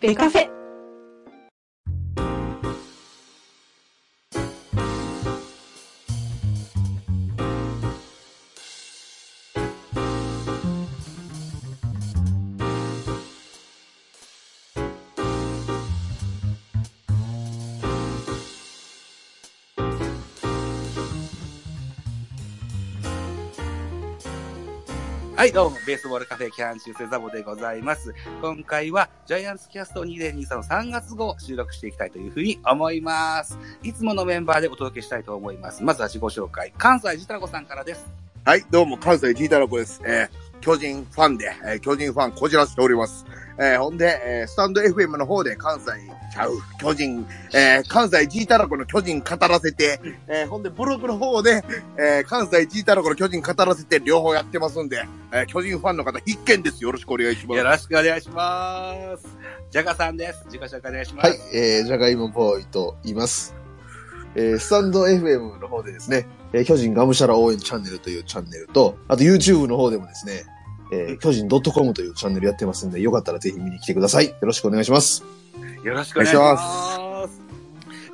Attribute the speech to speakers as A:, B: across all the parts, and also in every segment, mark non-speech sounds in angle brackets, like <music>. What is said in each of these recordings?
A: ベカフェ。
B: はい、どうも、ベースボールカフェキャン中制ザボでございます。今回は、ジャイアンツキャスト2023の3月号を収録していきたいというふうに思います。いつものメンバーでお届けしたいと思います。まずは自己紹介、関西ジタラコさんからです。
C: はい、どうも、関西 G 太郎子です。えー巨人ファンで、えー巨人ファンこじらせております。えーほんで、えースタンド FM の方で関西ちゃう、巨人、えー関西 G 太郎子の巨人語らせて、えーほんで、ブログの方で、えー関西 G 太郎子の巨人語らせて両方やってますんで、えー巨人ファンの方必見です。よろしくお願いします
B: よ。ろしくお願いします。ジャガさんです。自己紹介お願いします。
D: はい、えー、じゃがいもボーイと言います。えー、スタンド FM の方でですね、えー、巨人がむしゃら応援チャンネルというチャンネルと、あと YouTube の方でもですね、えー、巨人 .com というチャンネルやってますんで、よかったらぜひ見に来てください。よろしくお願いします。
B: よろしくお願いします。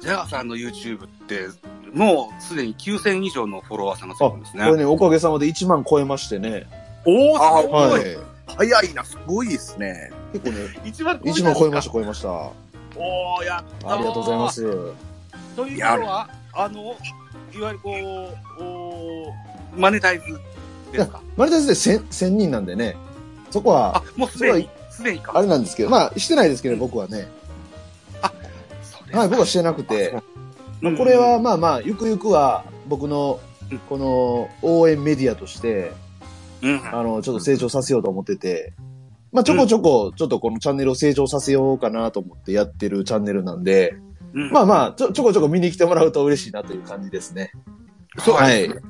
B: ジャガさんの YouTube って、もうすでに9000以上のフォロワーさんがついてるんですね。
D: これね、おかげさまで1万超えましてね、
B: お
C: あ
B: ー、すご。
D: はいい。
C: 早いな、すごいですね。
D: 結構ね、
B: 一番。
D: 1万超えましたた、超えました。
B: おー、やったー
D: ありがとうございます。
B: ということは、あの、いわゆるこう、おーマネタイズですか
D: マリタスで1000 1000人なんでね、そこは、
B: あ、もうすでに、すでにか。
D: あれなんですけど、まあ、してないですけど、僕はね。
B: そうです
D: はい、僕はしてなくて、
B: うん
D: これはまあまあ、ゆくゆくは僕の
B: うん
D: この応援メディアとして、
B: うん。
D: あの、ちょっと成長させようと思ってて、まあちょこちょこ、ちょっとこのチャンネルを成長させようかなと思ってやってるチャンネルなんで、
B: うん
D: まあまあ、ちょ、ちょこちょこ見に来てもらうと嬉しいなという感じですね。
B: そう
D: は
B: で
D: い
B: すね。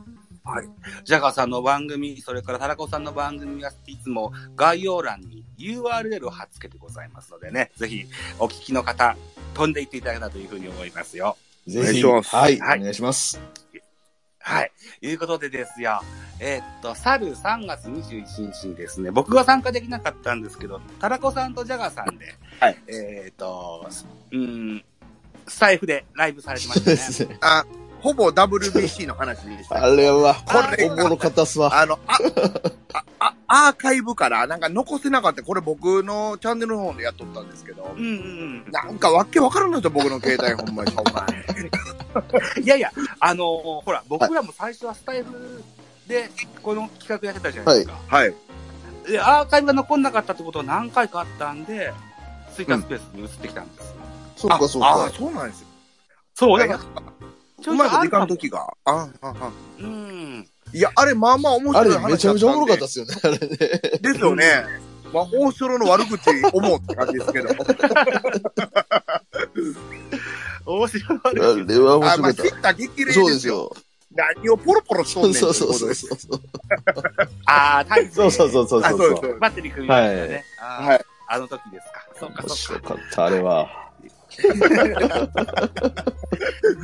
B: ジャガーさんの番組、それからタラコさんの番組はいつも概要欄に URL を貼っ付けてございますのでね、ぜひお聞きの方、飛んでいっていただけたらというふうに思いますよ。
D: ぜ
C: お願い
D: ひ、
C: します
D: はい、
B: はい
D: お願いします。
B: はい。いうことでですよ。えーっと、去る3月21日にですね、僕が参加できなかったんですけど、タラコさんとジャガーさんで、
C: はい
B: えーっと、すうん、スタイフでライブされてま
D: そう
B: したね。
D: で
C: <laughs>
D: すね。
C: あ、ほぼ WBC の話でした
D: あ。れは、
B: あ
D: こ
B: れ
D: れ、
B: は
D: おもろかったっすわ。
C: あの、あ、あ、あアーカイブから、なんか残せなかった。これ僕のチャンネルの方でやっとったんですけど
B: う、んうん
C: なんかわけわからんのと僕の携帯、ほんま
D: <laughs>
C: に。
B: <laughs> うん。いやいや、あのーほら、僕らも最初はスタイフでこの企画やってたじゃないですか。
C: はい。
B: で、アーカイブが残んなかったってことは何回かあったんで、ツイッタースペースに移ってきたんですよ。
D: そうか、そう
C: ああ、
D: か。
C: そうなんですよ。
B: そう、だ
C: う
B: から、ちょっと
C: まいこといかん時が。ああ、ああ。
B: うん。
C: いや、あれ、まあまあ面
D: あ
C: 白い話だった
D: れ
C: んで。
D: めちゃめちゃおもろかったっすよね、あれね。
C: ですよね。まあ、大城の悪口思うって感じですけど。
B: 面白い。
D: あれは面
C: あまあ、
D: 白
C: 知
D: かっ
C: った激
D: た。
C: 励
D: そう
C: で
D: ですす
C: よ。
D: よ。
C: 何をポロポロしとん
D: そ
C: ね
D: うんそうそう
C: とい
D: そう
C: ことです
D: そう。
B: ああ、タイプ。
D: そうそうそうそう
C: あ、
D: そ
C: そうう
D: そう
C: ですそうです。
B: バッテリー組みましたね。あー
C: はい
B: あの時ですか。そうか、
D: 面
B: そう
D: 白
B: か。
D: かった、あれは。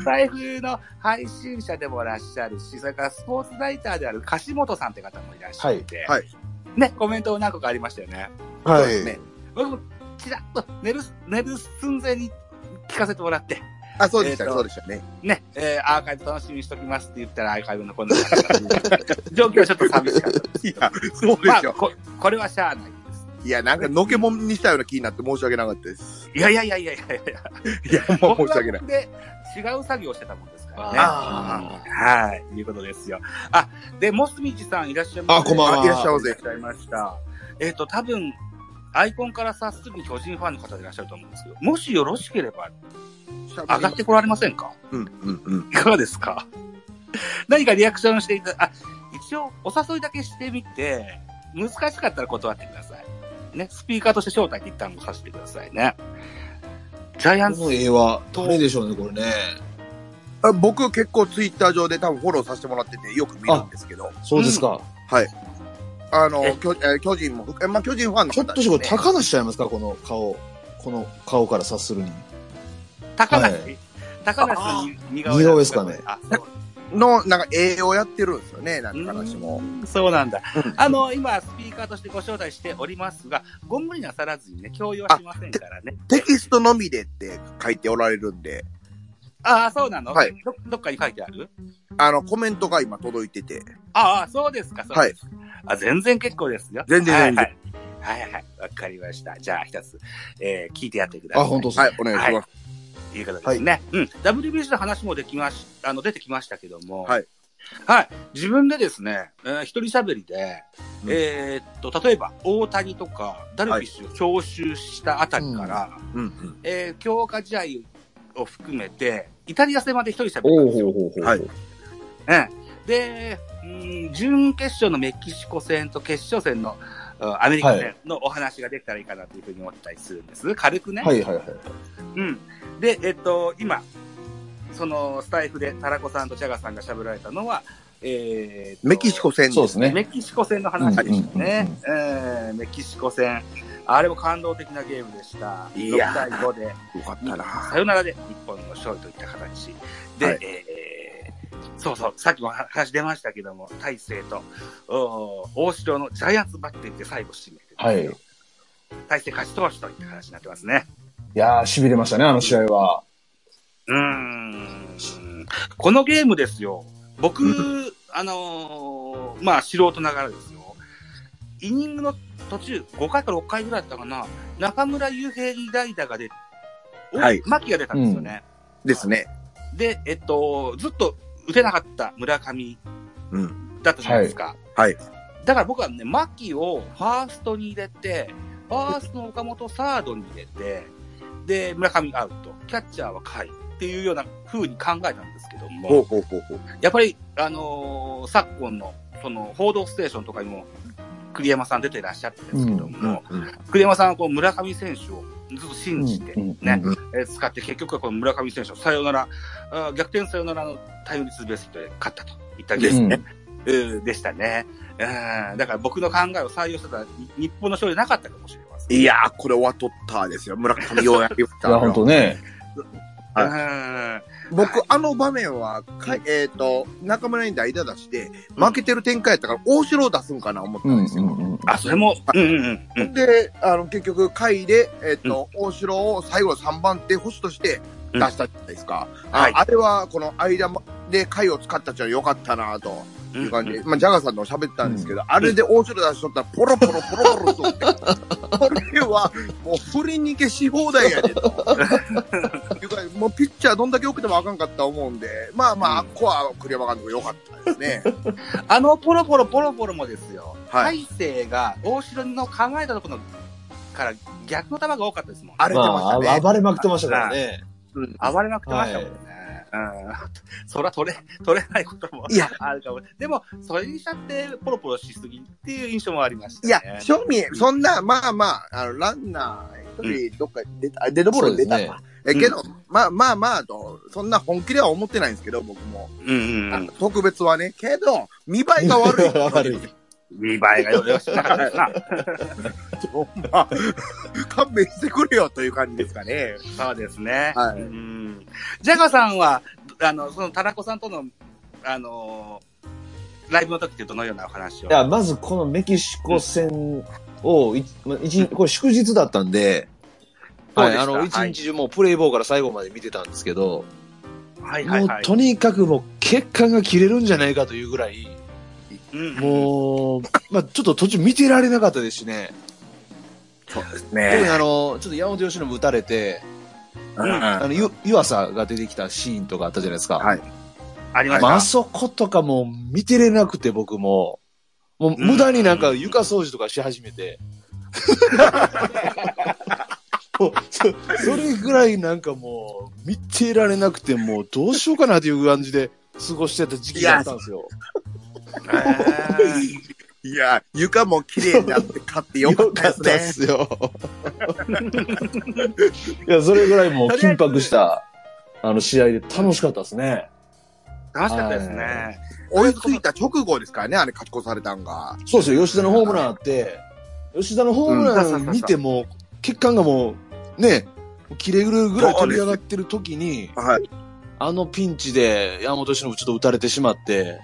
B: 財布の配信者でもいらっしゃるし、それからスポーツライターである樫本さんって方もいらっしゃって、
C: はいは
B: ね、コメントも何個かありましたよね。
D: は
C: ね
B: 僕もちらっと寝る、寝る寸前に聞かせてもらって、
C: あ、そうでした、
B: えーと
C: そうでしたね。
B: ね、えーアーカイブ楽しみにしときますって言ったらアーカイブのこんな感
C: <laughs>
B: じ状況はちょっと寂しかった。
C: いや、そうで
B: まあ
C: しょ。
B: こ、これはしゃあないです。
C: いや、なんか、のけもんにしたような気になって申し訳なかったです。
B: いやいやいやいやいやいや。
C: いや、もう申
B: 僕は
C: し訳ない。
B: 僕で違う作業をしてたもんですからね。
D: あ
B: はい、いうことですよ。あ、で、モスミジさんいらっしゃいま
D: あこんばんは
C: あいらっしゃいま
B: い
C: せ
B: らっ。しゃいました。えっ、と、多分、アイコンから察するに巨人ファンの方でいらっしゃると思うんですけど、もしよろしければ、上がってこられませんか
C: うん、うん、うん。
B: いかがですか何かリアクションしていた、あ、一応、お誘いだけしてみて、難しかったら断ってください。ね、スピーカーとして招待って一旦もさせてくださいね。
C: ジャイアンツ、
D: この絵は、誰でしょうね、これね。
C: あ僕結構ツイッター上で多分フォローさせてもらっててよく見るんですけど、
D: そうですか。
C: あの
E: え、
C: 巨えー巨人も、えまあ、巨人ファンの
D: ちょ
C: 方
D: っ
C: です
D: とし
C: ね
D: これ、高梨しちゃいますか、この顔。この顔から察するに。
B: 高梨、
D: は
B: 高梨に似顔
D: 似顔絵ですかね
B: あそう
C: の、なんか、栄養やってるんですよね、なんか話も。
B: そうなんだ。あの、今、スピーカーとしてご招待しておりますが、ご無理なさらずにね、共有はしませんからね。
C: テキストのみでって書いておられるんで、
B: ああ、そうなの、
C: はい
B: どどっかに書いてある
C: あの、コメントが今届いてて、
B: ああ、そうですか、そうです。あ全然結構ですよ。
C: 全然全然
B: はいはい、はいはいわかりました。じゃあ、一つ、えー聞いてやってくださ
D: あ、
B: い。
D: 本当です
C: は
D: ね
C: い。、お願いします。
B: ということですね。うん。WBC の話もできまし、あの、出てきましたけども。
C: はい。
B: はい。自分でですね、えー一人喋りで、
C: うん
B: えーっと、例えば、大谷とか、ダルビッシュを招集したあたりから、
C: うんうん。
B: えー強化試合を含めて、イタリア戦まで一人喋ったん
D: お
B: です
D: うほ
B: よ。
D: うほうほう。
C: はい
B: ええで、うん準決勝のメキシコ戦と決勝戦のうんアメリカ戦のお話ができたらいいかなというふうに思ったりするんです。軽くね。
D: はいはいはい。
B: うん。で、えっと、今、そのスタイフでタラコさんとチャガさんが喋られたのは、えーと
C: メキシコ戦
D: そうですね
B: メキシコ戦の話でしたね。えーメキシコ戦。あれも感動的なゲームでした。
C: いや
B: 6対5で、
C: よかったな。
B: さよならで日本の勝利といった形で、
C: はい
B: えーそうそう、さっきも話出ましたけども、大勢とお大城のジャイアンツバッテリーで最後締めて、
D: はい。い
B: 大勢勝ち投手といった話になってますね。
D: やー、痺れましたね、あの試合は。
B: うーんこのゲームですよ。僕、あのーまあ、素人ながらですよ。イニングの途中、5回から6回ぐらいだったかな、中村悠平に代打が出て、お
C: はい
B: 牧が出たんですよね。
C: ですね。
B: で、えっと、ずっと打てなかった村上
C: うん。
B: だったじゃないですか。
C: はい
B: だから僕はね、牧をファーストに入れて、ファーストの岡本をサードに入れて、で、村上アウト、キャッチャーは甲斐っていうような風に考えたんですけど
C: ほう
B: も、
C: ほうほうほう。
B: やっぱり、あのー昨今の、その、報道ステーションとかにも、栗山さん出てらっしゃってるんですけども、栗山さんはこう村上選手をずっと信じて、
D: うん
B: ね、えー使って結局はこの村上選手のサヨナラ、あー逆転サヨナラのタイムリーツーベースヒットで勝ったといったゲームね、うんでしたね。うんだから僕の考えを採用してたらに日本の勝利なかったかもしれません。
C: いやー、これ終わっとったですよ。村上ようやく打っ
D: い
C: た
D: や、本当ね。
B: うん
C: 僕、あの場面は、かえっ、と、中村に代打出して、負けてる展開やったから、大城を出すんかな思った
D: うんん
C: ですよ。
D: うんうん。
B: あ、それも、うんうんうん。
C: で、あの、結局、回で、えっ、と、大城を最後3番手捕手として出したじゃないですか。あ
B: はい
C: あれは、この間で回を使ったっちゃ良かったなと
B: う
C: い
B: ん
C: う感じで、まあ、ジャガーさんとも喋ったんですけど、あれで大城出しとったら、ポロポロポロポロと打って、これは、もう、振り逃げし放題やでと。いうか、もう、ピッチャーどんだけ良くてもあかんかったと思うんで、まあまあ、
B: うん
C: ここは栗山監督良かったですね。
B: あの、ポロポロポロポロもですよ、
C: は
B: 大勢が大城の考えたところから逆の球が多かったですもん。
C: 荒れて
D: ま
C: ましたね。
D: あ、あ暴れまくってましたからね。
C: うん
B: 暴れまくってましたもんね。うん。そら取れ、取れないことも
C: いや、
B: あるかも。でも、それにしちゃって、ポロポロしすぎっていう印象もありました、
C: <laughs>
B: ね。
C: いや、正味、そんな、まあまあ、あの、ランナー、一人、どっか出た、あデッドボール出た
D: そうで
C: か
D: す
C: え、
D: ね。
C: けど、まあまあまあと、そんな本気では思ってないんですけど、僕も。
B: うんうんう
C: あの
B: ん。
C: 特別はね。けど、見栄えが悪い。
D: 悪い。
B: 見栄えがよろしくなかったですな。
C: まあ、勘弁してくれよという感じですかね。
B: そうですね。
C: はい
B: うん。ジャガさんは、あの、その、タラコさんとの、あのーライブの時ってどのようなお話を
D: いや、まずこのメキシコ戦を、いまあ一日、これ祝日だったんで、
B: そう
D: は
B: で
D: い、
B: した
D: あの、一日中もうプレイボーから最後まで見てたんですけど、
B: はいはい
D: もう
B: はい。
D: とにかくもう血管が切れるんじゃないかというぐらい、
B: うん
D: もう、まあちょっと途中見てられなかったですしね、特にあの、ちょっと山本由伸打たれて、
B: うん
D: あの、ゆ湯浅が出てきたシーンとかあったじゃないですか。
C: はい
B: ありまし
D: まあ、
B: た
D: あ。そことかもう見てれなくて僕も、もう無駄になんか床掃除とかし始めて。もうそそれぐらいなんかもう見てられなくてもうどうしようかなという感じで過ごしてた時期だったんですよ。
B: へー
C: いいや、床も綺麗になって買ってよかったですね。
D: よかったっすよ。いや、それぐらいもう緊迫した、あの、試合で楽しかったですね。
B: 楽しかったです
D: は
B: ね。
C: 追いついた直後ですからね、あれ勝ち越されたんが。
D: そうですよ、吉田のホームランあって、吉田のホームラン見ても、血管がもう、ね、切れるぐらい飛び上がってる時に、
C: はい。
D: あのピンチで山本忍ちょっと打たれてしまって、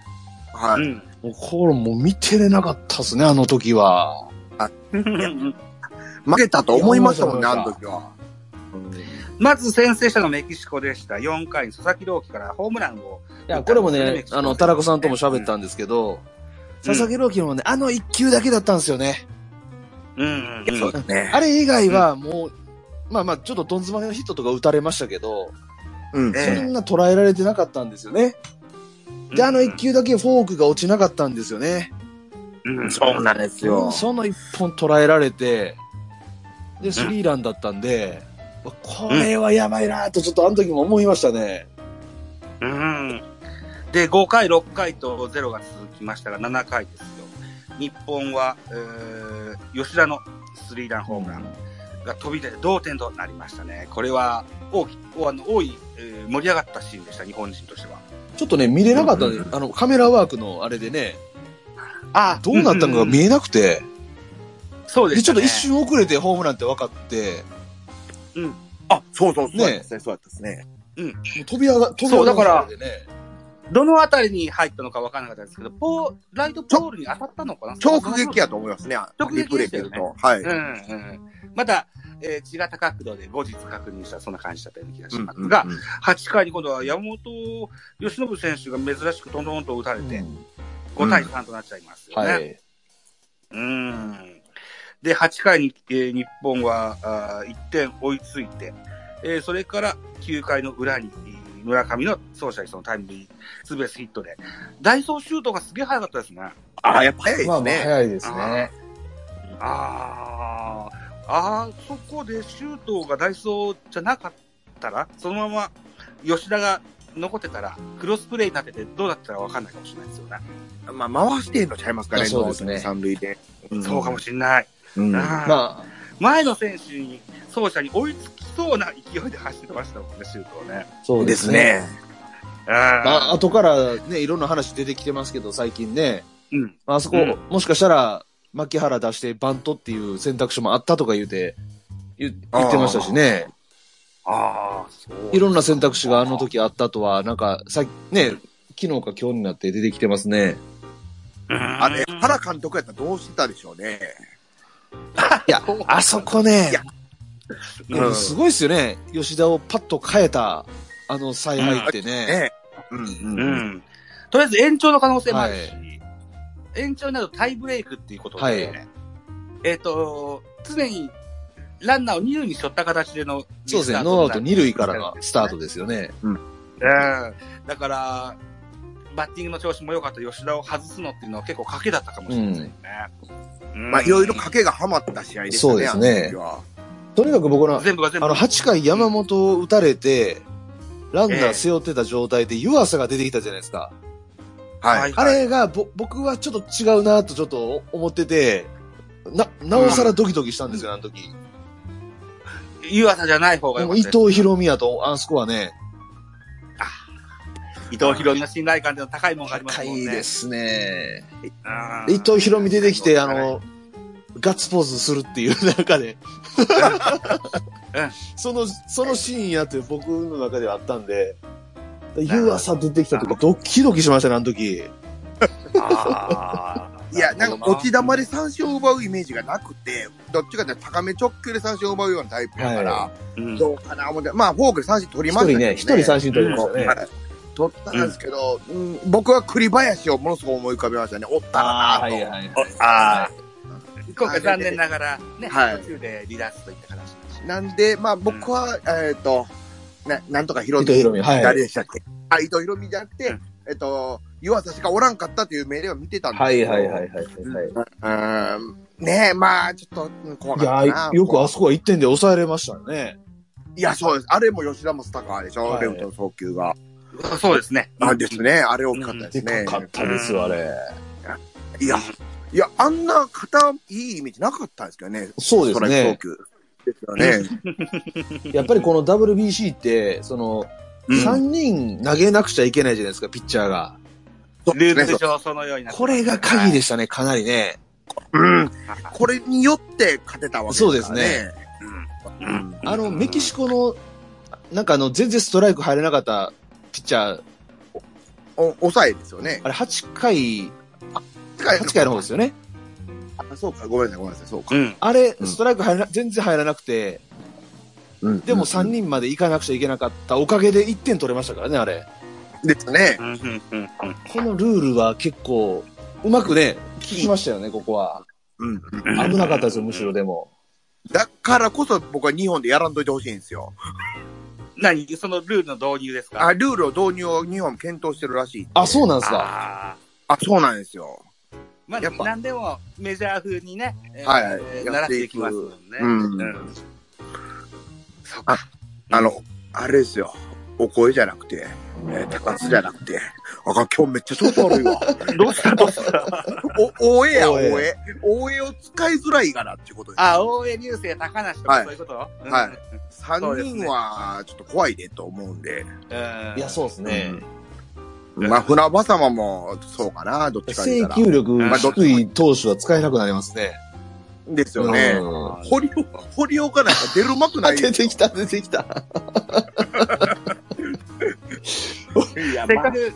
C: は
B: う
C: い。
B: ん。
D: もうこれもう見てれなかったですね、あの時は。
C: 負けたと思いましたもんね、
D: いや
C: あの時は。
B: まず先制したのはメキシコでした。4回に佐々木朗希からホームランを。
D: いや、これもね、あの、タラコさんとも喋ったんですけど、佐々木朗希のね、あの一球だけだったんですよね。
B: うんうんうん。
C: ですね。
D: あれ以外はもう、まあまあ、ちょっとどん詰まりのヒットとか打たれましたけど、
C: うん。
B: え
D: そんな捉えられてなかったんですよね。
B: うん
D: で、あの一。球だけフォークが落ちなかったんですよね。
B: うん。
C: そうなんですよ。
D: その一本捉えられて、で、スリーランだったんで、これはやばいなとちょっとあの時も思いましたね。
B: うん。で、5回、6回とゼロが続きましたが、7回ですよ。日本は、えー、吉田のスリーランホームランが飛び出て同点となりましたね。これは大き、おあの多い、えー盛り上がったシーンでした、日本人としては。
D: ちょっとね、見れなかったね
C: うん
D: あの、カメラワークのあれでね、
B: あ
D: どうなったのか見えなくて、
B: そうで
D: で、
B: し
D: ちょ
B: た、
D: っと
B: ね。
D: 一瞬遅れてホームランって分かって、
C: あ、そうそう、そう
D: ね
C: やったですね。そうやったですね。
D: もう飛び上が、飛び
B: そ
D: 上
B: う
D: が
B: だから
D: でね。
B: どのあたりに入ったのかわからなかったですけど、ポー、ライトポールに当たったのかな
C: 直撃やと思いますね。
B: 直撃
C: リプレイ見ると。はい。
B: うんうん。また、えー、違った角度で後日確認した、そんな感じだったような気がしますが、8回に今度は山本由伸選手が珍しくトントンと打たれて、5対3となっちゃいますよね。
D: はい。
B: うん。で、8回に、えー日本はあ1点追いついて、えーそれから9回の裏に、えー村上の走者一掃のタイムリーツーベースヒットで、ダイソーシュートがすげえ速かったですね。
C: あ、やっぱ早いで
D: まあ
C: す
D: まあ
C: ね。
D: 早いです
B: あ
D: ね。
B: ああ、あそこで周東がダイソーじゃなかったら、そのまま吉田が残ってたら、クロスプレーになっててどうだったらわかんないかもしれないですよね。
C: まあ、回してんのちゃいますかね、
D: あそうですね
C: 三塁で。
B: そうかも
C: し
B: しれない。
C: れ
B: あ
C: ない。。
B: ー
D: ま
B: 前の選手に、走者に追いつきそうな勢いで走ってましたもんね、周東ね。
D: あ、そううんで
C: ですす
D: ね。
C: ね。
D: まあ、
B: ああ、
D: 後からね、いろんな話出てきてますけど、最近ね。
B: うん。
D: まああそこ、
B: うん
D: もしかしたら、牧原出してバントっていう選択肢もあったとか言うて、言言ってましたしね。
B: ああ、そう。
D: いろんな選択肢があの時あったとは、なんか、さっきね、昨日か今日になって出てきてますね。
C: あ
B: あ
C: れ、原監督やったらどうしてたでしょうね。
D: いや、あそこね
C: いや、
D: でもすごいですよね。吉田をパッと変えた、あの采配ってね。
C: ね。うん
B: う
C: うん。
B: ん。とりあえず延長の可能性もあるし、延長になるとタイブレイクっていうことで、
D: はい
B: えっ、と、常にランナーを二塁に背負った形での
D: そうですね。ノーアウト二塁からがスタートですよね。
B: うん。だから、バッティングの調子も良かった吉田を外すのっていうのは結構賭けだったかもしれないですね。うん
C: まあ、いろいろ賭けがハマった試合でしたね。
D: そうですね
C: あの時は
D: とにかく僕の、
B: 全部が全部。
D: あの、8回山本を打たれて、ランナー背負ってた状態で湯浅が出てきたじゃないですか。
C: は。
B: はいい
D: あれが、ぼ、僕はちょっと違うなとちょっと思ってて、な、なおさらドキドキしたんですよ、あの時。
B: 湯浅じゃない方が
D: で
B: 良かっ
D: も
B: た
D: 伊
B: です
D: 藤博美やと、あそこはね、
B: 伊藤博美の信頼感っていうのは高いものがあります
D: 高
B: もんね。
D: いですね。
B: うん。
D: 伊藤博美出てきて、あ
B: はい
D: の、ガッツポーズするっていう中で
B: うん、
D: <laughs> その、そのシーンやって僕の中ではあったんで、湯浅出てきた時
B: なる
D: ドキドキしましたね、あの時。
B: あー
C: いや、なんか、落ち玉で三振を奪うイメージがなくて、どっちかというと高め直球で三振を奪うようなタイプだから、
B: うん
C: どうかな思って、まあ、フォークで三振取りましたけど、ね。
D: 振
B: 取りました
D: ね
C: はい取ったんですけど、うん僕は栗林をものすごく思い浮かべましたね。おったらなと。
D: はい
C: あ
B: 今回残念ながら、ね、
C: はい
B: 途中で離脱といった形になってしま
C: あ。なんで、まあ僕は、えっ、と、な、なんとか拾っ
D: 伊藤
C: て、
D: 博美、はい。
C: 誰でしたっけあ、伊藤博美じゃなくて、
B: うん
C: えっと、湯浅しかおらんかったという命令は見てたんです
D: はい
C: けど。
D: はいはいはい。
C: はい。うん。ねえ、まあ、ちょっとうん怖かっ
D: い
C: た
D: や
C: な。、
D: よくあそこは1点で抑えれましたね。
C: いや、そうです。あれも吉田正尚でしょ、
D: はい
C: レフトの送球が。
B: うそうですね。
C: あですね。あれ大きかったですね。
D: でかかったですよ、あれ。
C: いや、いや、あんな方、いいイメージなかったんですけどね。
D: そうで
C: ス。ト
D: すね
C: ライク投球。ですよね。
D: やっぱりこの WBC って、その、3人投げなくちゃいけないじゃないですか、ピッチャーが。
C: そう
B: ルー
C: そ
B: ル
C: う
B: 上そのようになって
D: これが鍵でしたね、かなりね。
C: うん。これによって勝てたわけですからね。
B: うんうん
D: あの、メキシコの、なんかあの、全然ストライク入れなかったピッチャー、
C: お抑えですよね。
D: あれ8回、
C: 8
D: 8回の方ですよね。
C: あ、そうか、ごめんなさい、ごめんなさい、そうか。
B: うん。
D: あれ、
C: うん
D: ストライク入らな、全然入らなくて、
C: うん
D: でも3人まで行かなくちゃいけなかったおかげで1点取れましたからね、あれ。
C: ですね。
B: うんうんうんうん
D: このルールは結構、うまくね、効きましたよね、ここは。
C: うん。
D: 危なかったですよ、むしろでも。
C: だからこそ僕は日本でやらんといてほしいんですよ。
B: 何そのルールの導入ですか
C: あ、ルールを導入を日本検討してるらしい。
D: あ、そうなんですか。
B: あー
C: あ、そうなんですよ。
B: まあ、
C: やっぱ
B: 何でもメジャー風にね、えー
C: はいはい
B: 習っていきますもんね。
C: うん
B: うん
C: あの、あれですよ。お声じゃなくて、えー高津じゃなくて。あかん、今日めっちゃ調子悪いわ。
B: どうしたどうした
C: お、おえや、お
D: おえ
C: え。おえを使いづらいかなっていうことです。
B: あ、大江流星、高梨と
C: は
B: か
C: い
B: そういうこと
C: はい
B: い。そうです
C: 3人
B: ね
C: はちょっと怖いでと思うんで。
B: うん
D: いや、そうですね。
C: うんまあ、船場様もそうかな、どっちか言
D: 制
C: うたら。
D: 球力低い投手は使えなくなりますね。
C: ですよね。
D: うん
C: 堀尾、堀岡なんか出るまくない
D: <laughs> 出
C: です
D: て
C: よ
D: きた、出てきた。
C: いや
B: せっ
C: まあ
B: かくし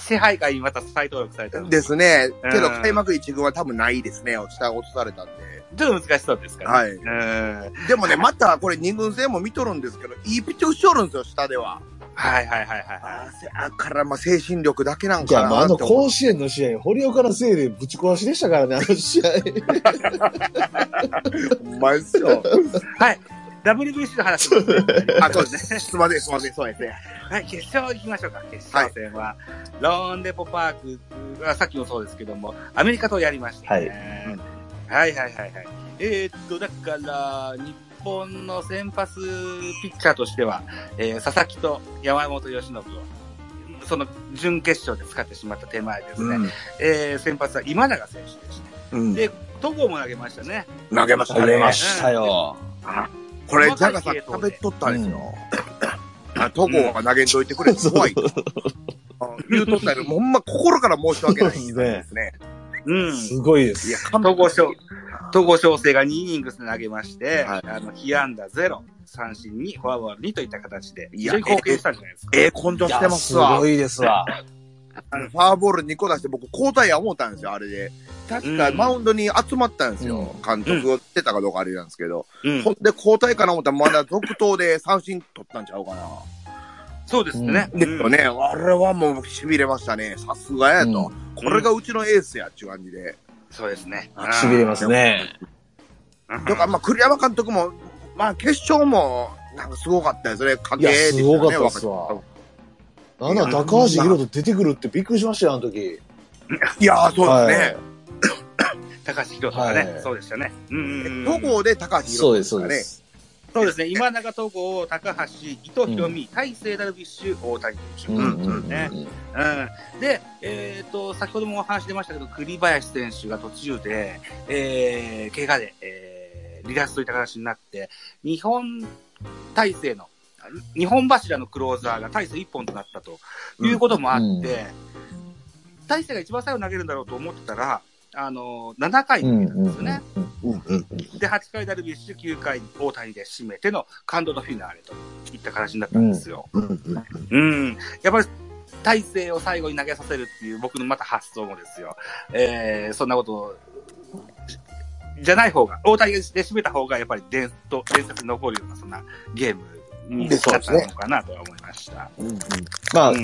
B: 支配下にまた再登録されたので、
C: で
B: ち
C: すね。けど、
B: うん
C: 開幕一軍は多分ないですね。落ちた、落とされたんで。
B: ょっと難しそうですから、
C: はい
B: うん
C: でもね、またこれ二軍戦も見とるんですけど、いいピッチャーしとるんですよ、下では。
B: はいはいはいは
C: あせあから、まあ、精神力だけなん
D: じ
C: か
D: ゃあ、まあ、
C: な
D: あ
C: って
D: の
C: 思う
D: 甲子園の試合、堀岡のせいでぶち壊しでしたからね、あの試合。
C: ほんまですよ。
B: い。はい。WBC の話も、
C: <laughs> あ、そうですね。すいません、すいません、そうですね。
B: はい、決勝行きましょうか。決勝戦は、ローンデポパーク、あさっきもそうですけども、アメリカとやりましたね。はい、はい、はいはいはい。えーっと、だから、日本の先発ピッチャーとしては、えー佐々木と山本由伸を、その準決勝で使ってしまった手前ですね。えー先発は今永選手でした。
C: うん。
B: で、戸郷も投げましたね。
C: 投げましたね。
B: した
D: よ。
C: これ、ジャガさん食べとったんですよ。あ、戸郷が投げんといてくれって怖いって。あ言うとったけど、ほんま心から申し訳ないですね。
B: うん。
D: すごいです。
C: いや、
B: 戸郷翔、戸郷翔征が2イニングスで投げまして、
C: はい
B: あの、被安打0、三振2、フォアボール2といった形で、
C: い
B: 非
C: や
B: 常に貢献したんじゃないですか。
C: ええ根性してますわ。
D: いですわ。
C: あのフォアボール2個出して、僕、交代や思ったんですよ、あれで。確か、
B: うん
C: マウンドに集まったんですよ。監督をしてたかどうかあれなんですけど。
B: うん
C: ほんで、交代かな思ったら、まだ続投で三振取ったんちゃうかな。
B: そうですね。
C: ですよね。あれはもう、痺れましたね。さすがやと。これがうちのエースや、っていう感じで。
B: うんそうですね。
D: しびれますね。
B: うん。
C: だから、まあ、栗山監督も、まあ、決勝も、なんかすごかったですね。家
D: いや、
C: 庭でしたね。
D: すごかったっす
C: 若
D: わ
C: 手。
D: なんだ、高橋宏斗出てくるってびっくりしましたよ、あの時。
C: いやー、そうですね。
B: 高橋宏とかね、
D: はい
B: そうでしたね。うん。
C: どこで高橋
D: そ
C: 宏斗
D: うです、そうで
C: ね。
D: す。
B: そうですね。今永戸郷、高橋、伊藤博美、大勢ダルビッシュ、大谷選手。
D: う
B: うんん。
D: うんうん
B: ねで、えっ、と、先ほどもお話出ましたけど、栗林選手が途中で、えー、怪我で、えー、離脱といった形になって、日本体制の、あ日本柱のクローザーが体制一本となったということもあって、
D: うん
B: 体制が一番最後投げるんだろうと思ってたら、あの、7回
D: う
B: 投げ
D: ん
B: るんですよね。
D: うん
C: うんうんうん。
B: で、8回ダルビッシュ、9回大谷で締めての感動のフィナーレといった形になったんですよ。
C: うんうん
B: うん。やっぱり、体勢を最後に投げさせるっていう僕のまた発想もですよ。えー、そんなことを、じゃない方が、大谷で締めた方がやっぱり伝統、伝説に残るような、そんなゲームになったのかなとは思いました。
D: まあ
B: う、ん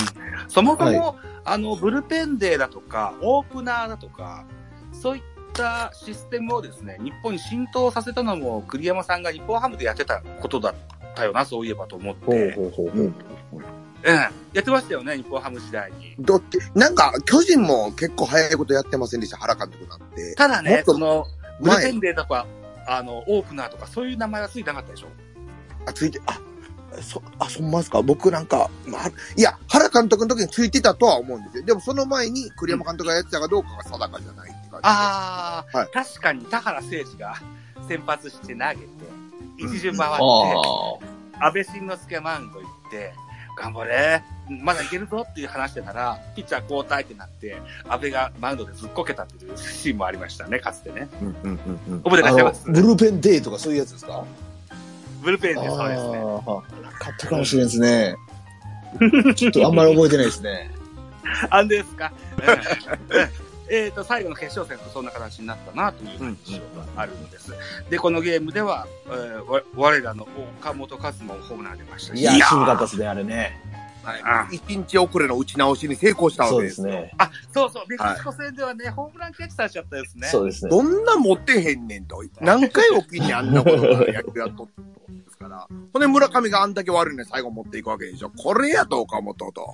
B: そもそも、あの、ブルペンデーだとか、オープナーだとか、そういったシステムをですね、日本に浸透させたのも栗山さんが日本ハムでやってたことだったよな、そういえばと思って。
D: ほうほうほうほう。
B: うん。やってましたよね、日本ハム時代に。
C: どっち、なんか、巨人も結構早いことやってませんでした、原監督なんて。
B: ただ
C: も
B: ね
C: っ、と
B: その、ブルペ
C: 前
B: ン、デーとか、あの、オープナーとか、そういう名前はついてなかったでしょ
C: あ、ついて、あ、そ、あ、そんまですか僕なんか、まあ、いや、原監督の時についてたとは思うんですよ。でもその前に栗山監督がやってたかどうかが定かじゃないってかに。
B: ああ、
C: はい
B: 確かに田原誠司が先発して投げて、一巡回っ
D: あ
B: て、
D: あ。
B: 安倍晋之助マウンド行って、頑張れ、まだいけるぞっていう話してたら、ピッチャー交代ってなって、安倍がマウンドでずっこけたっていうシーンもありましたね、かつてね。
D: うんうんうんうん
B: 覚えてらっしゃいます
D: あのブルーペンデーとかそういうやつですか
B: ブルペンでそうですね。
D: あーなかったかもしれないです
B: <laughs>
D: ね。ちょっとあんまり覚えてないですね。
B: あんですか。うんえっと、最後の決勝戦とそんな形になったなという印象があるんです。で、このゲームでは、えーわ我らの岡本和真もホームラン出ましたし
D: いや
C: い
D: ー、
C: やー
D: 渋かったですね、あれね。
B: あ
C: 一日遅れの打ち直しに成功したわ
D: そう
C: け
D: で
C: ですすよ。
D: ね。
B: あ、そうそう、メキシコ戦ではね、ホームランキャッチされちゃったですね。
D: そうですね。
C: どんな持ってへんねんと。何回おきにあんなことが野球やっとったんですから。ほんで村上があんだけ悪いのに最後持っていくわけでしょ。これやと岡本と。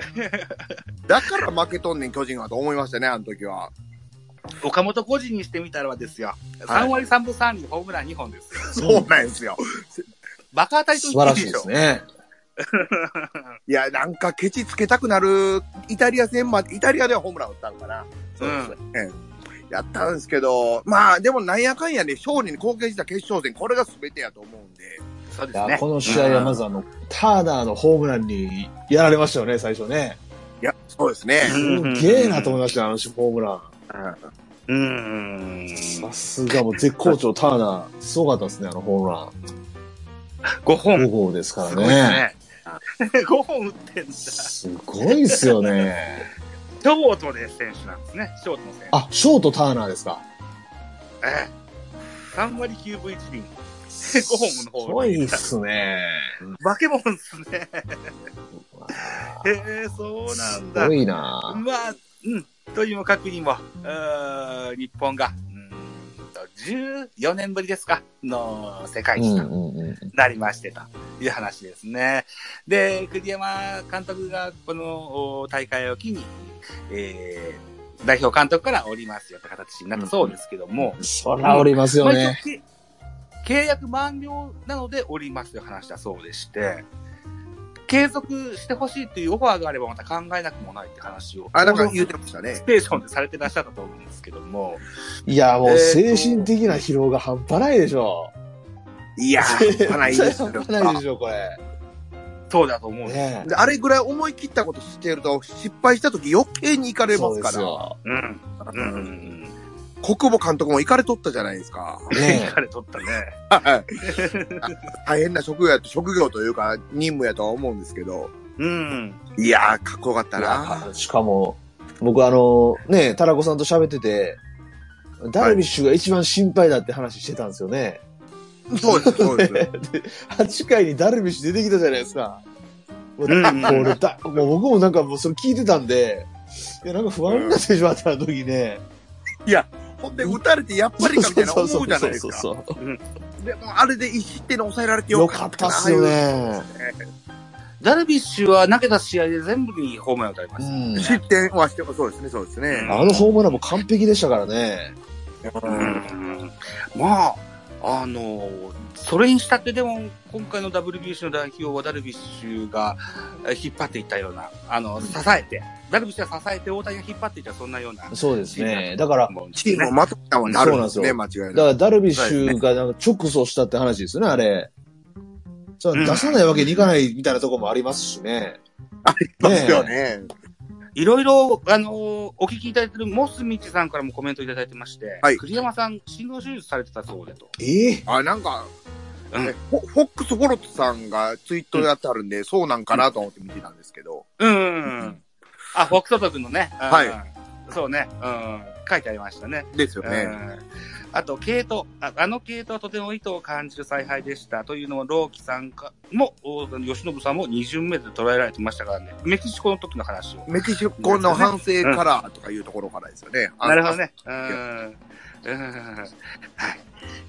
C: だから負けとんねん巨人はと思いましたね、あの時は。
B: 岡本個人にしてみたらはですよ、3割3分3厘、ホームラン2本ですよ。
C: そうなんですよ。
B: バカ当たりと
D: 素
B: 言
D: 晴
B: っ
D: ら
B: てい
D: し
B: いで
D: い
B: し
D: で
B: ょ
D: す。ね。
C: いや、なんかケチつけたくなるイタリア戦まで、イタリアではホームラン打ったのかな。
B: うん
C: ええやったんですけど、まあでもなんやかんやで、勝利に貢献した決勝戦、これが全てやと思うんで、
B: そうで
D: い
B: す
D: や
B: ね。
D: この試合はまずあの、ターナーのホームランにやられましたよね、最初ね。
C: いや、そうですね。
D: す
B: うん
D: げえなと思いましたよ、あのホームラン。
B: うん。
D: さすがもう絶好調ターナー、すごかったですね、あのホームラ
B: 5
D: ン。5
B: 本。
D: 号ですか
B: す
D: ら
B: ごいです
D: ね。
B: ね。5本打 <laughs> ってんだ。シ
D: すごいっすよね。
B: ョートで選手なんですね。ショートの選手。
D: あ、ショートターナーですか。
B: ええ3割9分1厘。5本の
D: す
B: 方
D: ごいっすね。
B: 化け物ですね。へえ、そうなんだ
D: すご。いな
B: まあ、うん、というもかくにも、うーん日本が、うーんと、14年ぶりですか、の世界
D: うん
B: 一
D: う
B: と
D: んうん。
B: なりましてという話ですね。で、栗山監督がこのお大会を機に、えー代表監督から降りますよって形になったそうですけども、
D: そらおりますよ
B: まあ一応
D: ね。
B: け契約満了なので降りますという話だそうでして、継続してほしいというオファーがあればまた考えなくもないって話を。
C: あ、なんか言うてました
B: ス
C: ね。
B: テーションでされてらっしゃったと思うんですけども、
D: いや、も
B: え
D: う
B: ー
D: 精
B: と
D: 神的な疲労が半端ないでしょ。
C: いやー、かないです
D: 半
C: けど
D: 端ないでしょ、これ。
B: そうだと思うんです。
D: ね
C: <laughs> であれぐらい思い切ったことしてると、失敗した時余計に行かれま
D: そう
C: す
D: で
C: か
D: す
C: ら、
D: よ。
B: うん。うんうん
C: 国母監督も行かれとったじゃないですか。
B: <laughs> うん。
D: ね
B: 彼取ったね。
C: 大変な職業やと、職業というか、任務やとは思うんですけど、
B: うん。
C: いやー、かっこよかった
D: い
C: な
D: や。しかも、僕あの、ね、タラコさんと喋ってて、ダルビッシュが一番心配だって話してたんですよね。
C: そうです、そうです。 <laughs>
D: 8回にダルビッシュ出てきたじゃないですか。も
B: う
D: う
B: んうん
D: もう俺だもう僕もなんかもうそれ聞いてたんで、いや、なんか不安になってしまったあの時ね。
C: ほんで、打たれてやっぱりかみたいな思うじゃないですか。
D: そうそうそう
C: でも、あれで1失点に抑えられてよ
D: よか
C: かっ
D: ったたっ
C: な
D: すよ。ね。
B: ダルビッシュは投げた試合で全部にホームラン打たれま
D: う
B: し
D: ん。
C: 失点はしてもそうですね、そうですね。
D: あのホームランも完璧でしたからね。
B: た。うんまあ、あの、それにしたってでも、今回の WBC の代表はダルビッシュがえ引っ張っていったような、あの、支えて、ダルビッシュが支えて大谷が引っ張っていったそんなような。
D: そうですね。だから、
B: 思うんです
C: チ
B: ね
C: ームをまとめたもんなるんですね、
D: そう
C: 間違い
D: だか
C: な
D: らダルビッシュがなんか直訴したって話ですよね、あれ。そう
B: うん
D: 出さないわけにいかないみたいなところもありますしね。
C: く。ですよね。
B: いろいろ、あのーお聞きいただいてるモスミチさんからもコメントいただいてまして、
C: はい
B: 栗山さん、心臓手術されてたそうでと。
D: ええ
C: あ、なんか、
B: うん
C: ねフォフォックス・フォロットさんがツイートやってあるんで、そうなんかなと思って見てたんですけど。
B: うん。あ、フォックソト君のね。うん
C: はい。
B: そうね。うん。書いてありましたね。
C: ですよ
B: う
C: ね。
B: ん。あと、系統あ、あの系統はとても意図を感じる采配でしたというのを、ローキさんかも、お吉信さんも2巡目で捉えられてましたからね。メキシコの時の話を。
C: メキシコの反省からとかいうところからですよね。あ
B: なるほど。ね。うん。 <laughs> うんはい。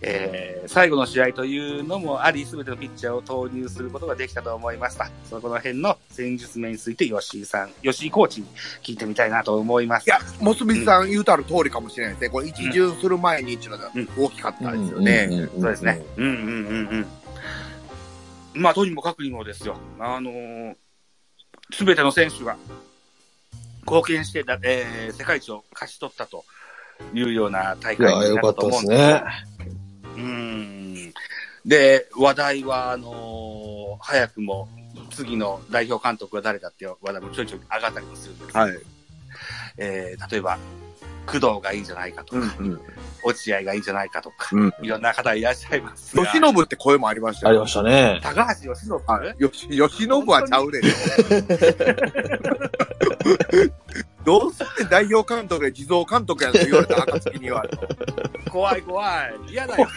B: えー最後の試合というのもあり、すべてのピッチャーを投入することができたと思いました。そこの辺の戦術面について、吉井さん、吉井コーチに聞いてみたいなと思います。
C: いや、モスビさん言うたる通りかもしれないですね。これ一巡する前に一のが大きかったですよね。
B: そうですね。。うんうんうんうん。まあ、とにもかくにもですよ。あのす、べての選手が貢献してだ、えー世界一を勝ち取ったというような大
D: いや
B: 会
D: ー、
B: に
D: よ
B: な
D: か
B: ると
D: ったで
B: 思う
D: す
B: んです
D: ね。
B: うんで、話題は、あのー早くも、次の代表監督が誰だっていう話題もちょいちょい上がったりもするんですけど、
C: はい。
B: えー例えば、工藤がいいんじゃないかとか、
D: うん
B: 落合がいいんじゃないかとか、
C: うん
B: いろんな方いらっしゃいますが、
C: 吉信って声もありました
D: あ
C: よ
D: りましたね。
B: 高橋由伸、
C: はい。よし、吉信はちゃうねん。 <laughs> どうすって代表監督で地蔵監督やと言われた暁 <laughs> には。
B: 怖い怖い、嫌だよ。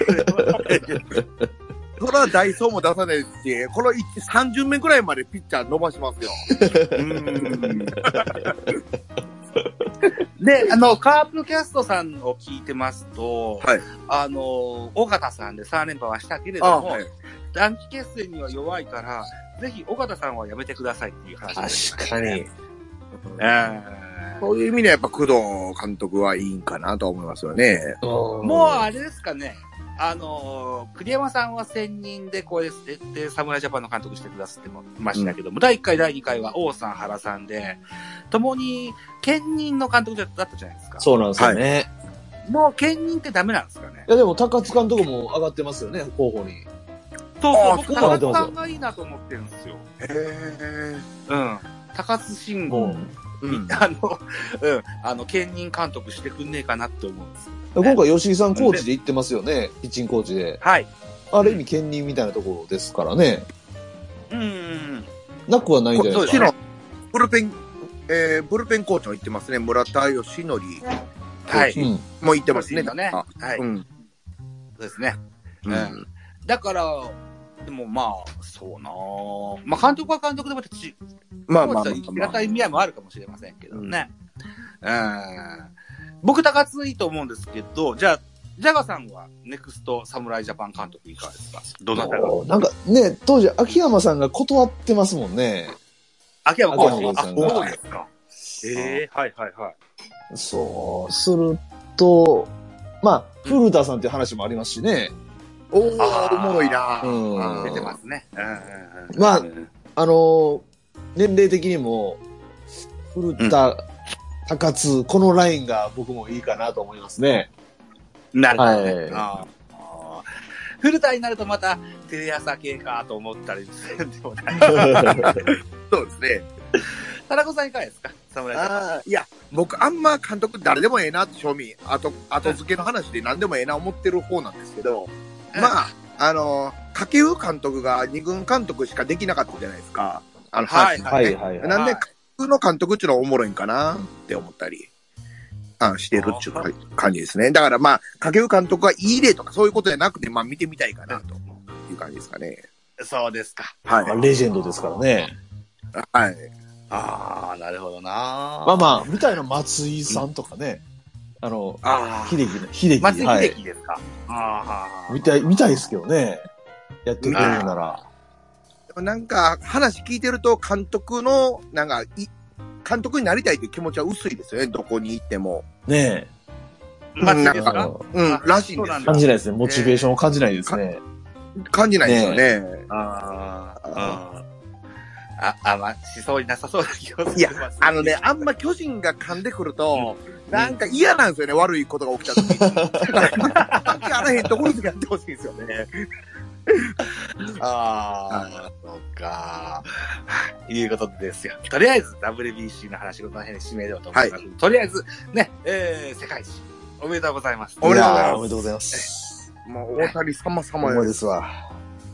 C: そらダイソーも出さないですし、この3巡目ぐらいまでピッチャー伸ばしますよ。
B: で、あの、カープキャストさんを聞いてますと、
C: はい
B: あの、尾形さんで3連覇はしたけれ
C: あ
B: ども、
C: はい。
B: 短期決戦には弱いから、ぜひ尾形さんはやめてくださいっていう話になりました
D: 確かに。
B: え
C: そういう意味ではやっぱ工藤監督はいいんかなと思いますよね。
B: ーもうあれですかね、あのー栗山さんは専任でこうです、で、侍ジャパンの監督してくださってましたけども、第1回、第2回は王さん、原さんで、共に兼任の監督だったじゃないですか。
D: そうなんですよね。い、
B: もう兼任ってダメなんですかね。
D: や、でも高津監督も上がってますよね、候補に。
B: そう
C: あ
B: そ
C: あ
B: う、僕、
D: そうな
B: 高
D: んだ
B: 津さんがいいなと思ってるんですよ。
C: へえ。
B: うん。高津信吾、
C: うん。
B: あの、うん、あの、兼任監督してくんねえかなって思うんです。
D: 今回、吉井さんコーチで行ってますよね、ピッチングコーチで。
B: はい。
D: ある意味、兼任みたいなところですからね。
B: うんうんうん。
D: なくはないん
C: こ
D: じゃない
C: っ
D: です
C: ち
D: か。
C: のブルペン、えー、ブルペンコーチも行ってますね。村田義則
B: はい。
D: うん。
C: も行ってますね。
B: だね。
C: あ
B: はい。
C: う
B: そ
C: ん。
B: うですね。
C: う
B: うん
C: ん。
B: だから、でもまあ、そうなあまあ、監督は監督でまたち、
C: まあ
B: コ
C: まあま
B: ーチ
C: あ
B: と生き
C: まあ。
B: 方意味合いもあるかもしれませんけどね。うん。僕、高津いいと思うんですけど、じゃあ、ジャガさんは、ネクスト侍ジャパン監督いかがですかどなたが
D: なんかね、当時、秋山さんが断ってますもんね。
B: 秋山コーチ
D: 秋山
B: あ、
D: さんが
B: そうですか。ええはいはいはい。
D: そう、すると、まあ、古田さんっていう話もありますしね。
C: おー、おもろいな
D: う。ん。
B: 出てますね。うんうんうん
D: まあ
B: うん
D: あの、年齢的にも、古田、高津、このラインが僕もいいかなと思いま
B: <laughs>
D: すね。
B: なるほどね。
D: は
B: あ
D: い
B: あ古田になるとまた、テレ朝系かと思ったりするんでもない。
C: そうですね。
B: 田中さんいかがですか侍ジャパン
C: ああ、いや、僕あんま監督誰でもええなって、正味、後、後付けの話で何でもええな思ってる方なんですけど、
B: うん
C: まあ、あの、掛布監督が二軍監督しかできなかったじゃないですか。あの、
B: はい
C: 阪神
D: は
C: ね
D: いはいはい。
C: なんで、
B: はい
C: 架空の監督っていうのはおもろいんかなって思ったり、あしてるっていうか感じですね。だからまあ、掛布監督はいい例とかそういうことじゃなくて、まあ見てみたいかなという感じですかね。
B: そうですか。
C: は
D: まあ
C: い。
D: レジェンドですからね。
C: はい。
B: ああ、なるほどな。
D: まあまあ、みたいな松井さんとかね。あの、
B: あ
D: 秀樹の、秀樹。
B: 松井
D: は
B: 秀
D: い。
B: 喜ですか。ああ
D: 見たい、見たいですけどね。やってくれるなら。
C: でもなんか話聞いてると監督の、なんかい、監督になりたいという気持ちは薄いですよね、どこに行っても。
D: ね
B: 松井
C: なん
D: え。
B: です
D: あ
B: か
D: の
C: うん
B: あ、
C: らしいん
B: そう
C: で
B: なん
C: す
B: だ
D: 感じないですね。モチベーションを感じないですね。
C: 感じないですよね。
B: あああああ、あ、まあ、しそうになさそうな気がする。
C: いや、あのね、あんま巨人が噛んでくると、なんか嫌なんですよね、悪いことが起きた時
D: <laughs>
C: に。だから、関係あらへんところでやってほしいんですよね。
B: ああ、そうか。いうことですよ。とりあえず WBC の話、この辺で締めようと思います。とりあえず、ね、えー、世界一、おめでとうございます。
C: おめでとうございます
D: やーおめでとうございます。
C: もう、大谷様様
D: 思い
C: よ。
D: ですわ。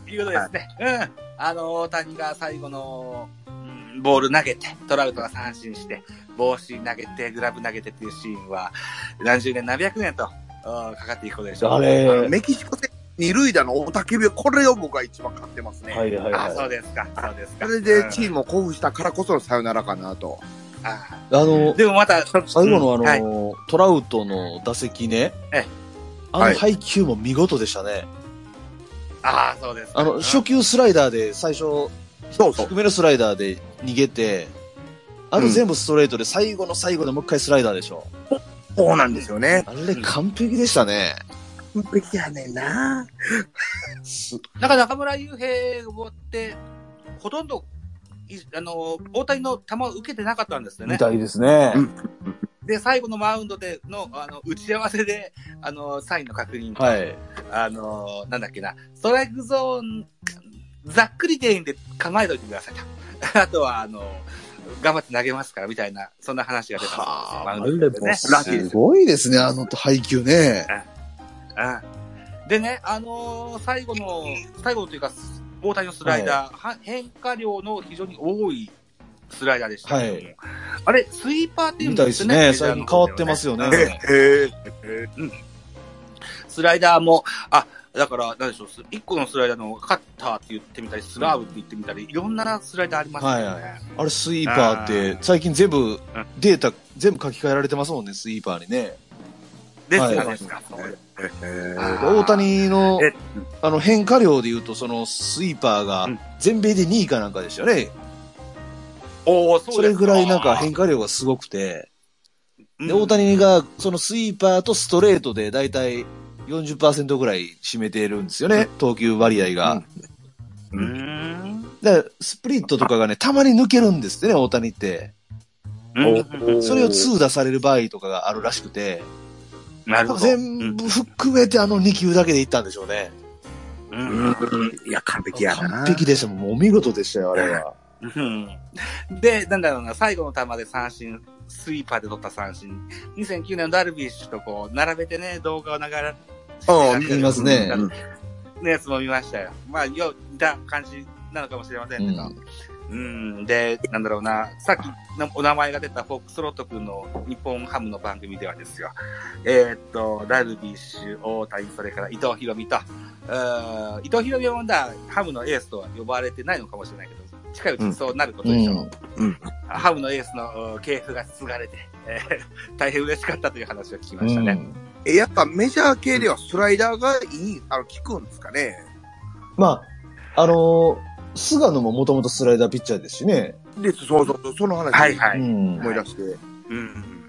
B: いうことですね。うん。あの、大谷が最後の、うんボール投げて、トラウトが三振して、帽子投げて、グラブ投げてっていうシーンは、何十年、何百年と、うんかかっていくことでしょう。
D: あ
B: あ、
D: れ、はい
C: メキシコ戦二塁打の雄たけび、これを僕は一番買ってますね。
D: はいはい。
B: そうですか。そうです
C: そ
B: か。
C: れ
B: う
C: で
B: ん
C: チームを興奮したからこそのさよならかなと。
B: あ
D: あの
B: ー、でもまた、
D: 最後のあの、
B: うんはい
D: トラウトの打席ね
B: ええ。
D: あ
C: は
D: の
C: い
D: 配球も見事でしたね。
B: ああ、そうですか。
D: あ
B: うん
D: の、初球スライダーで最初、
C: そうそう
D: 低。めのスライダーで逃げて、あと全部ストレートで最後の最後でもう一回スライダーでしょ。
C: そうなんですよね。
D: あれ完璧でしたね。
C: 完璧やねんな。
D: す
B: なんか中村悠平を追って、ほとんど、いあの、大谷の球を受けてなかったんですよね
D: み。たいですね。
C: うん
B: で、最後のマウンドでの、あの、打ち合わせで、あの、サインの確認と、
D: はい。
B: あの、なんだっけな、ストライクゾーン、ざっくりでいいんで構えといてください <laughs> と。あとは、あの、頑張って投げますから、みたいな、そんな話が出たんですよマウンドでね。ラッキーです
D: すごいですね、あの配球ね。
B: うんでね、あのー最後の、最後のというか、大谷のスライダー、は変化量の非常に多いスライダーでしたけども、
D: は
B: あれ、スイーパーっていうん
D: みたいですね最近変わってますよね
B: メジャーの方では
C: ええ
B: スライダーも、あ、だから、なんでしょう、す一個のスライダーのカッターって言ってみたり、スラーブって言ってみたり、いろんなスライダーありますよね。
D: はいあれスイーパーって、最近全部データ全部書き換えられてますもんね、スイーパーにね。
B: ですよね。
D: はい
C: え
D: 大谷の
B: え
D: あの変化量で言うと、そのスイーパーが
B: うん
D: 全米で2位かなんかでしたよね。
B: おおそうです
D: それぐらいなんか変化量がすごくて。で、大谷がそのスイーパーとストレートで大体40%ぐらい占めてるんですよね、投球割合が。
B: うんうん
D: だからスプリットとかがね、たまに抜けるんですってね、大谷って。
B: うん
D: それを2打される場合とかがあるらしくて、
B: なる
D: 多
B: ほど。
D: 分全部含めてあの2球だけでいったんでしょうね。
B: うんうん
C: うんいや、完璧やな。
D: 完璧でした。もうお見事でしたよ、あれは。
B: うんで、なんだろうな、最後の球で三振、スイーパーで取った三振、2009年のダルビッシュとこう、並べてね、動画を流れ、
C: ああ
D: 見ますね
B: うんのやつも見ましたよ。まあ、よ、似た感じなのかもしれませんけど。うん、で、なんだろうな、さっきのお名前が出たフォックスロット君の日本ハムの番組ではですよ、えーっと、ダルビッシュ、大谷、それから伊藤博美と、うーん伊藤博美はまだハムのエースとは呼ばれてないのかもしれないけど、近いうちにそうなることでしょう。
D: うん
B: ハムのエースのうん系譜が継がれて、えー <laughs> 大変嬉しかったという話を聞きましたね。
C: え、やっぱメジャー系ではスライダーがいい、あの、効くんですかね。
D: まあ、あのー菅野ももともとスライダーピッチャーですしね。
C: です、そうそうそう、その話。
B: はいは
D: う
B: い。
D: ん。
C: 思い出して。
B: うん。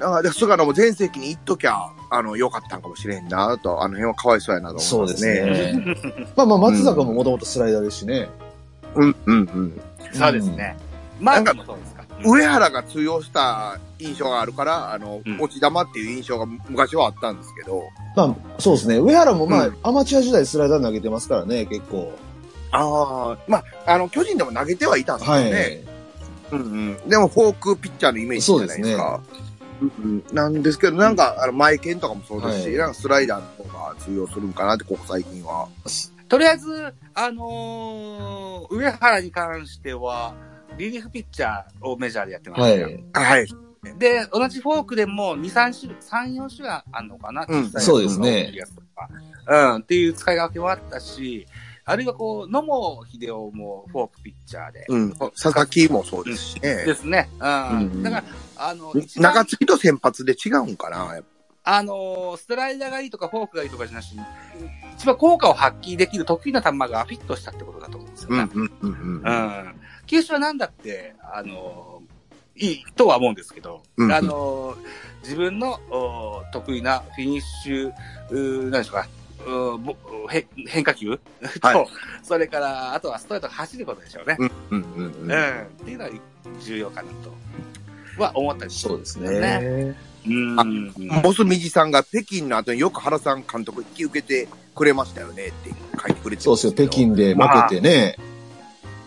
C: だから、菅野も全盛期に行っときゃ、あの、良かったんかもしれんなと、あの辺はかわいそうやなと思いますね。
D: そうです。ね。まあまあ、松坂ももともとスライダーですしね。
C: うん、うん、うん。
B: そうですね。マークもそうですか。
C: 上原が通用した印象があるから、あの、
B: うん
C: 落ち玉っていう印象が昔はあったんですけど。
D: まあ、そうですね。上原もまあ、
C: う
D: アマチュア時代スライダー投げてますからね、結構。
C: ああ、まあ、あの、巨人でも投げてはいたんですよ
D: は
C: ね。
D: い。
C: うんうん。でもフォークピッチャーのイメージじゃないですか。うんうんなんですけど、なんか、あの、マイケンとかもそうですし、
D: はい
C: なんかスライダーの方が通用するんかなって、ここ最近は。
B: とりあえず、あのー上原に関しては、リリーフピッチャーをメジャーでやってます
D: は
B: よ。
D: い。
C: はい。
B: で、同じフォークでも2、3種類、3、4種類あるのかな、
C: うん
B: 小さい
D: そうですね
B: 大きいやつとかうん、っていう使い分けもあったし、あるいはこう、野茂英雄もフォークピッチャーで、
C: うん。佐々木もそうですしね
B: で。すね。うん。
C: うん
B: だから、あの、一番
C: 中継ぎと先発で違うんかな、やっ
B: あのーストライダーがいいとか、フォークがいいとかじゃなしに、一番効果を発揮できる得意な球がフィットしたってことだと思うんですよ
C: ぱ。
B: ね。
C: うんうん
B: う。ん。球種はなんだって、あのーいいとは思うんですけど、
C: うん
B: あのー自分のおー得意なフィニッシュ、うーなんでしょうか、うーぼへ変化球 <laughs> と、
C: はい
B: それから、あとはストレートが走ることでしょうね。
C: うんうんうん
B: う。ん。っていうのは重要かなと、は思ったりします
D: そうです
B: ね
D: ね。
B: うんうん
C: ボスミジさんが北京の後によく原さん監督引き受けてくれましたよねって書いてくれて
D: そうですよ、北。京で負けてね。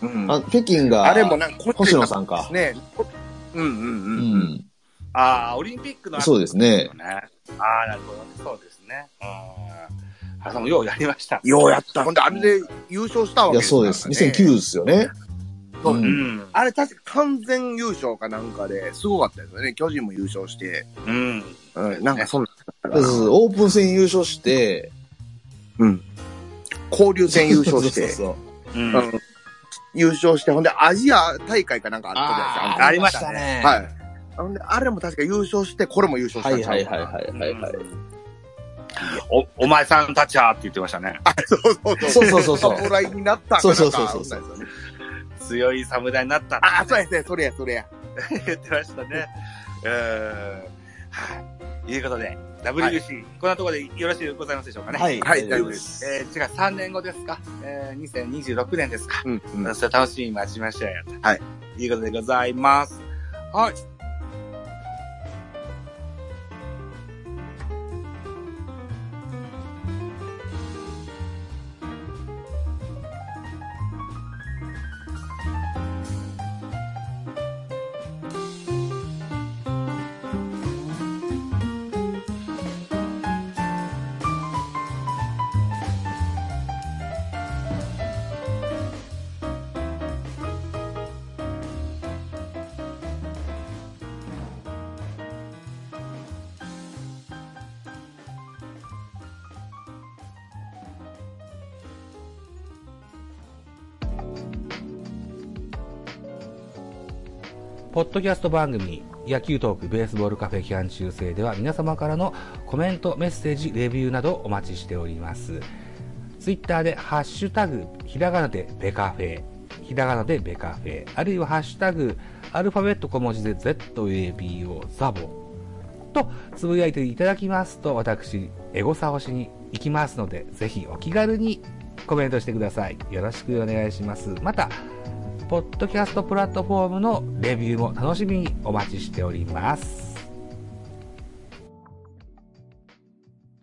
C: うん。
D: あ北京が、
C: あれもなんか、
D: 星野さんか。
C: ね。うんうん
D: う
C: うん。
D: ん。
B: ああ、オリンピックの後
D: そうですね
B: ですよああ、なるほどね。そうですね。うん。原さんもようやりました。
C: ようやった。ほんで、あれで優勝したわ
D: い
C: け
D: や、そうで
C: か
D: す。
C: らね
D: 2009ですよね。
C: そう
B: う
D: うん
B: ん。
C: あれ確か完全優勝かなんかですごかったですよね。巨人も優勝して。
B: うん。
C: うん、なんかそんな。
D: そうそうそうオープン戦優勝して、
C: うん。交流戦優勝し
D: <laughs> そう
C: て。
D: そうそう
B: うん。
C: うん優勝して、ほんでアジア大会かなんかあった
B: ありました
C: じ
B: ね。
C: ゃないですか。はい。ほんで、あれも確か優勝して、これも優勝し
D: はい
C: た
D: はいはい
C: い。
D: はいはいはい。
B: お、お前さんたちはって言ってましたね。
C: そうそう <laughs> そう。
D: そうそうそうそう
C: 侍になったんか
D: そう
C: な
D: そうそうそう
C: なんかんですよね
B: 強い侍になった
C: あ、そうやね。それや、それや。
B: って言ってました
C: <laughs>
B: ね。うん。はい。ということで、WBC、こんなところでよろしいでございますでしょうかね。
D: はい、
C: はい
D: 大丈夫です。
B: えー、違う、3年後ですか。えー、2026年ですか。
C: うんうん。
B: それ楽しみに待ちましょうよ。。
C: はい
B: いうことでございます。はい。
E: ポッドキャスト番組、野球トークベースボールカフェ期間中世では皆様からのコメント、メッセージ、レビューなどお待ちしております。ツイッターで、ハッシュタグ、ひらがなでベカフェ、ひらがなでベカフェ、あるいはハッシュタグ、アルファベット小文字で ZABO ザボとつぶやいていただきますと私エゴサをしに行きますのでぜひお気軽にコメントしてくださいよろしくお願いしますまたポッドキャストプラットフォームのレビューも楽しみにお待ちしております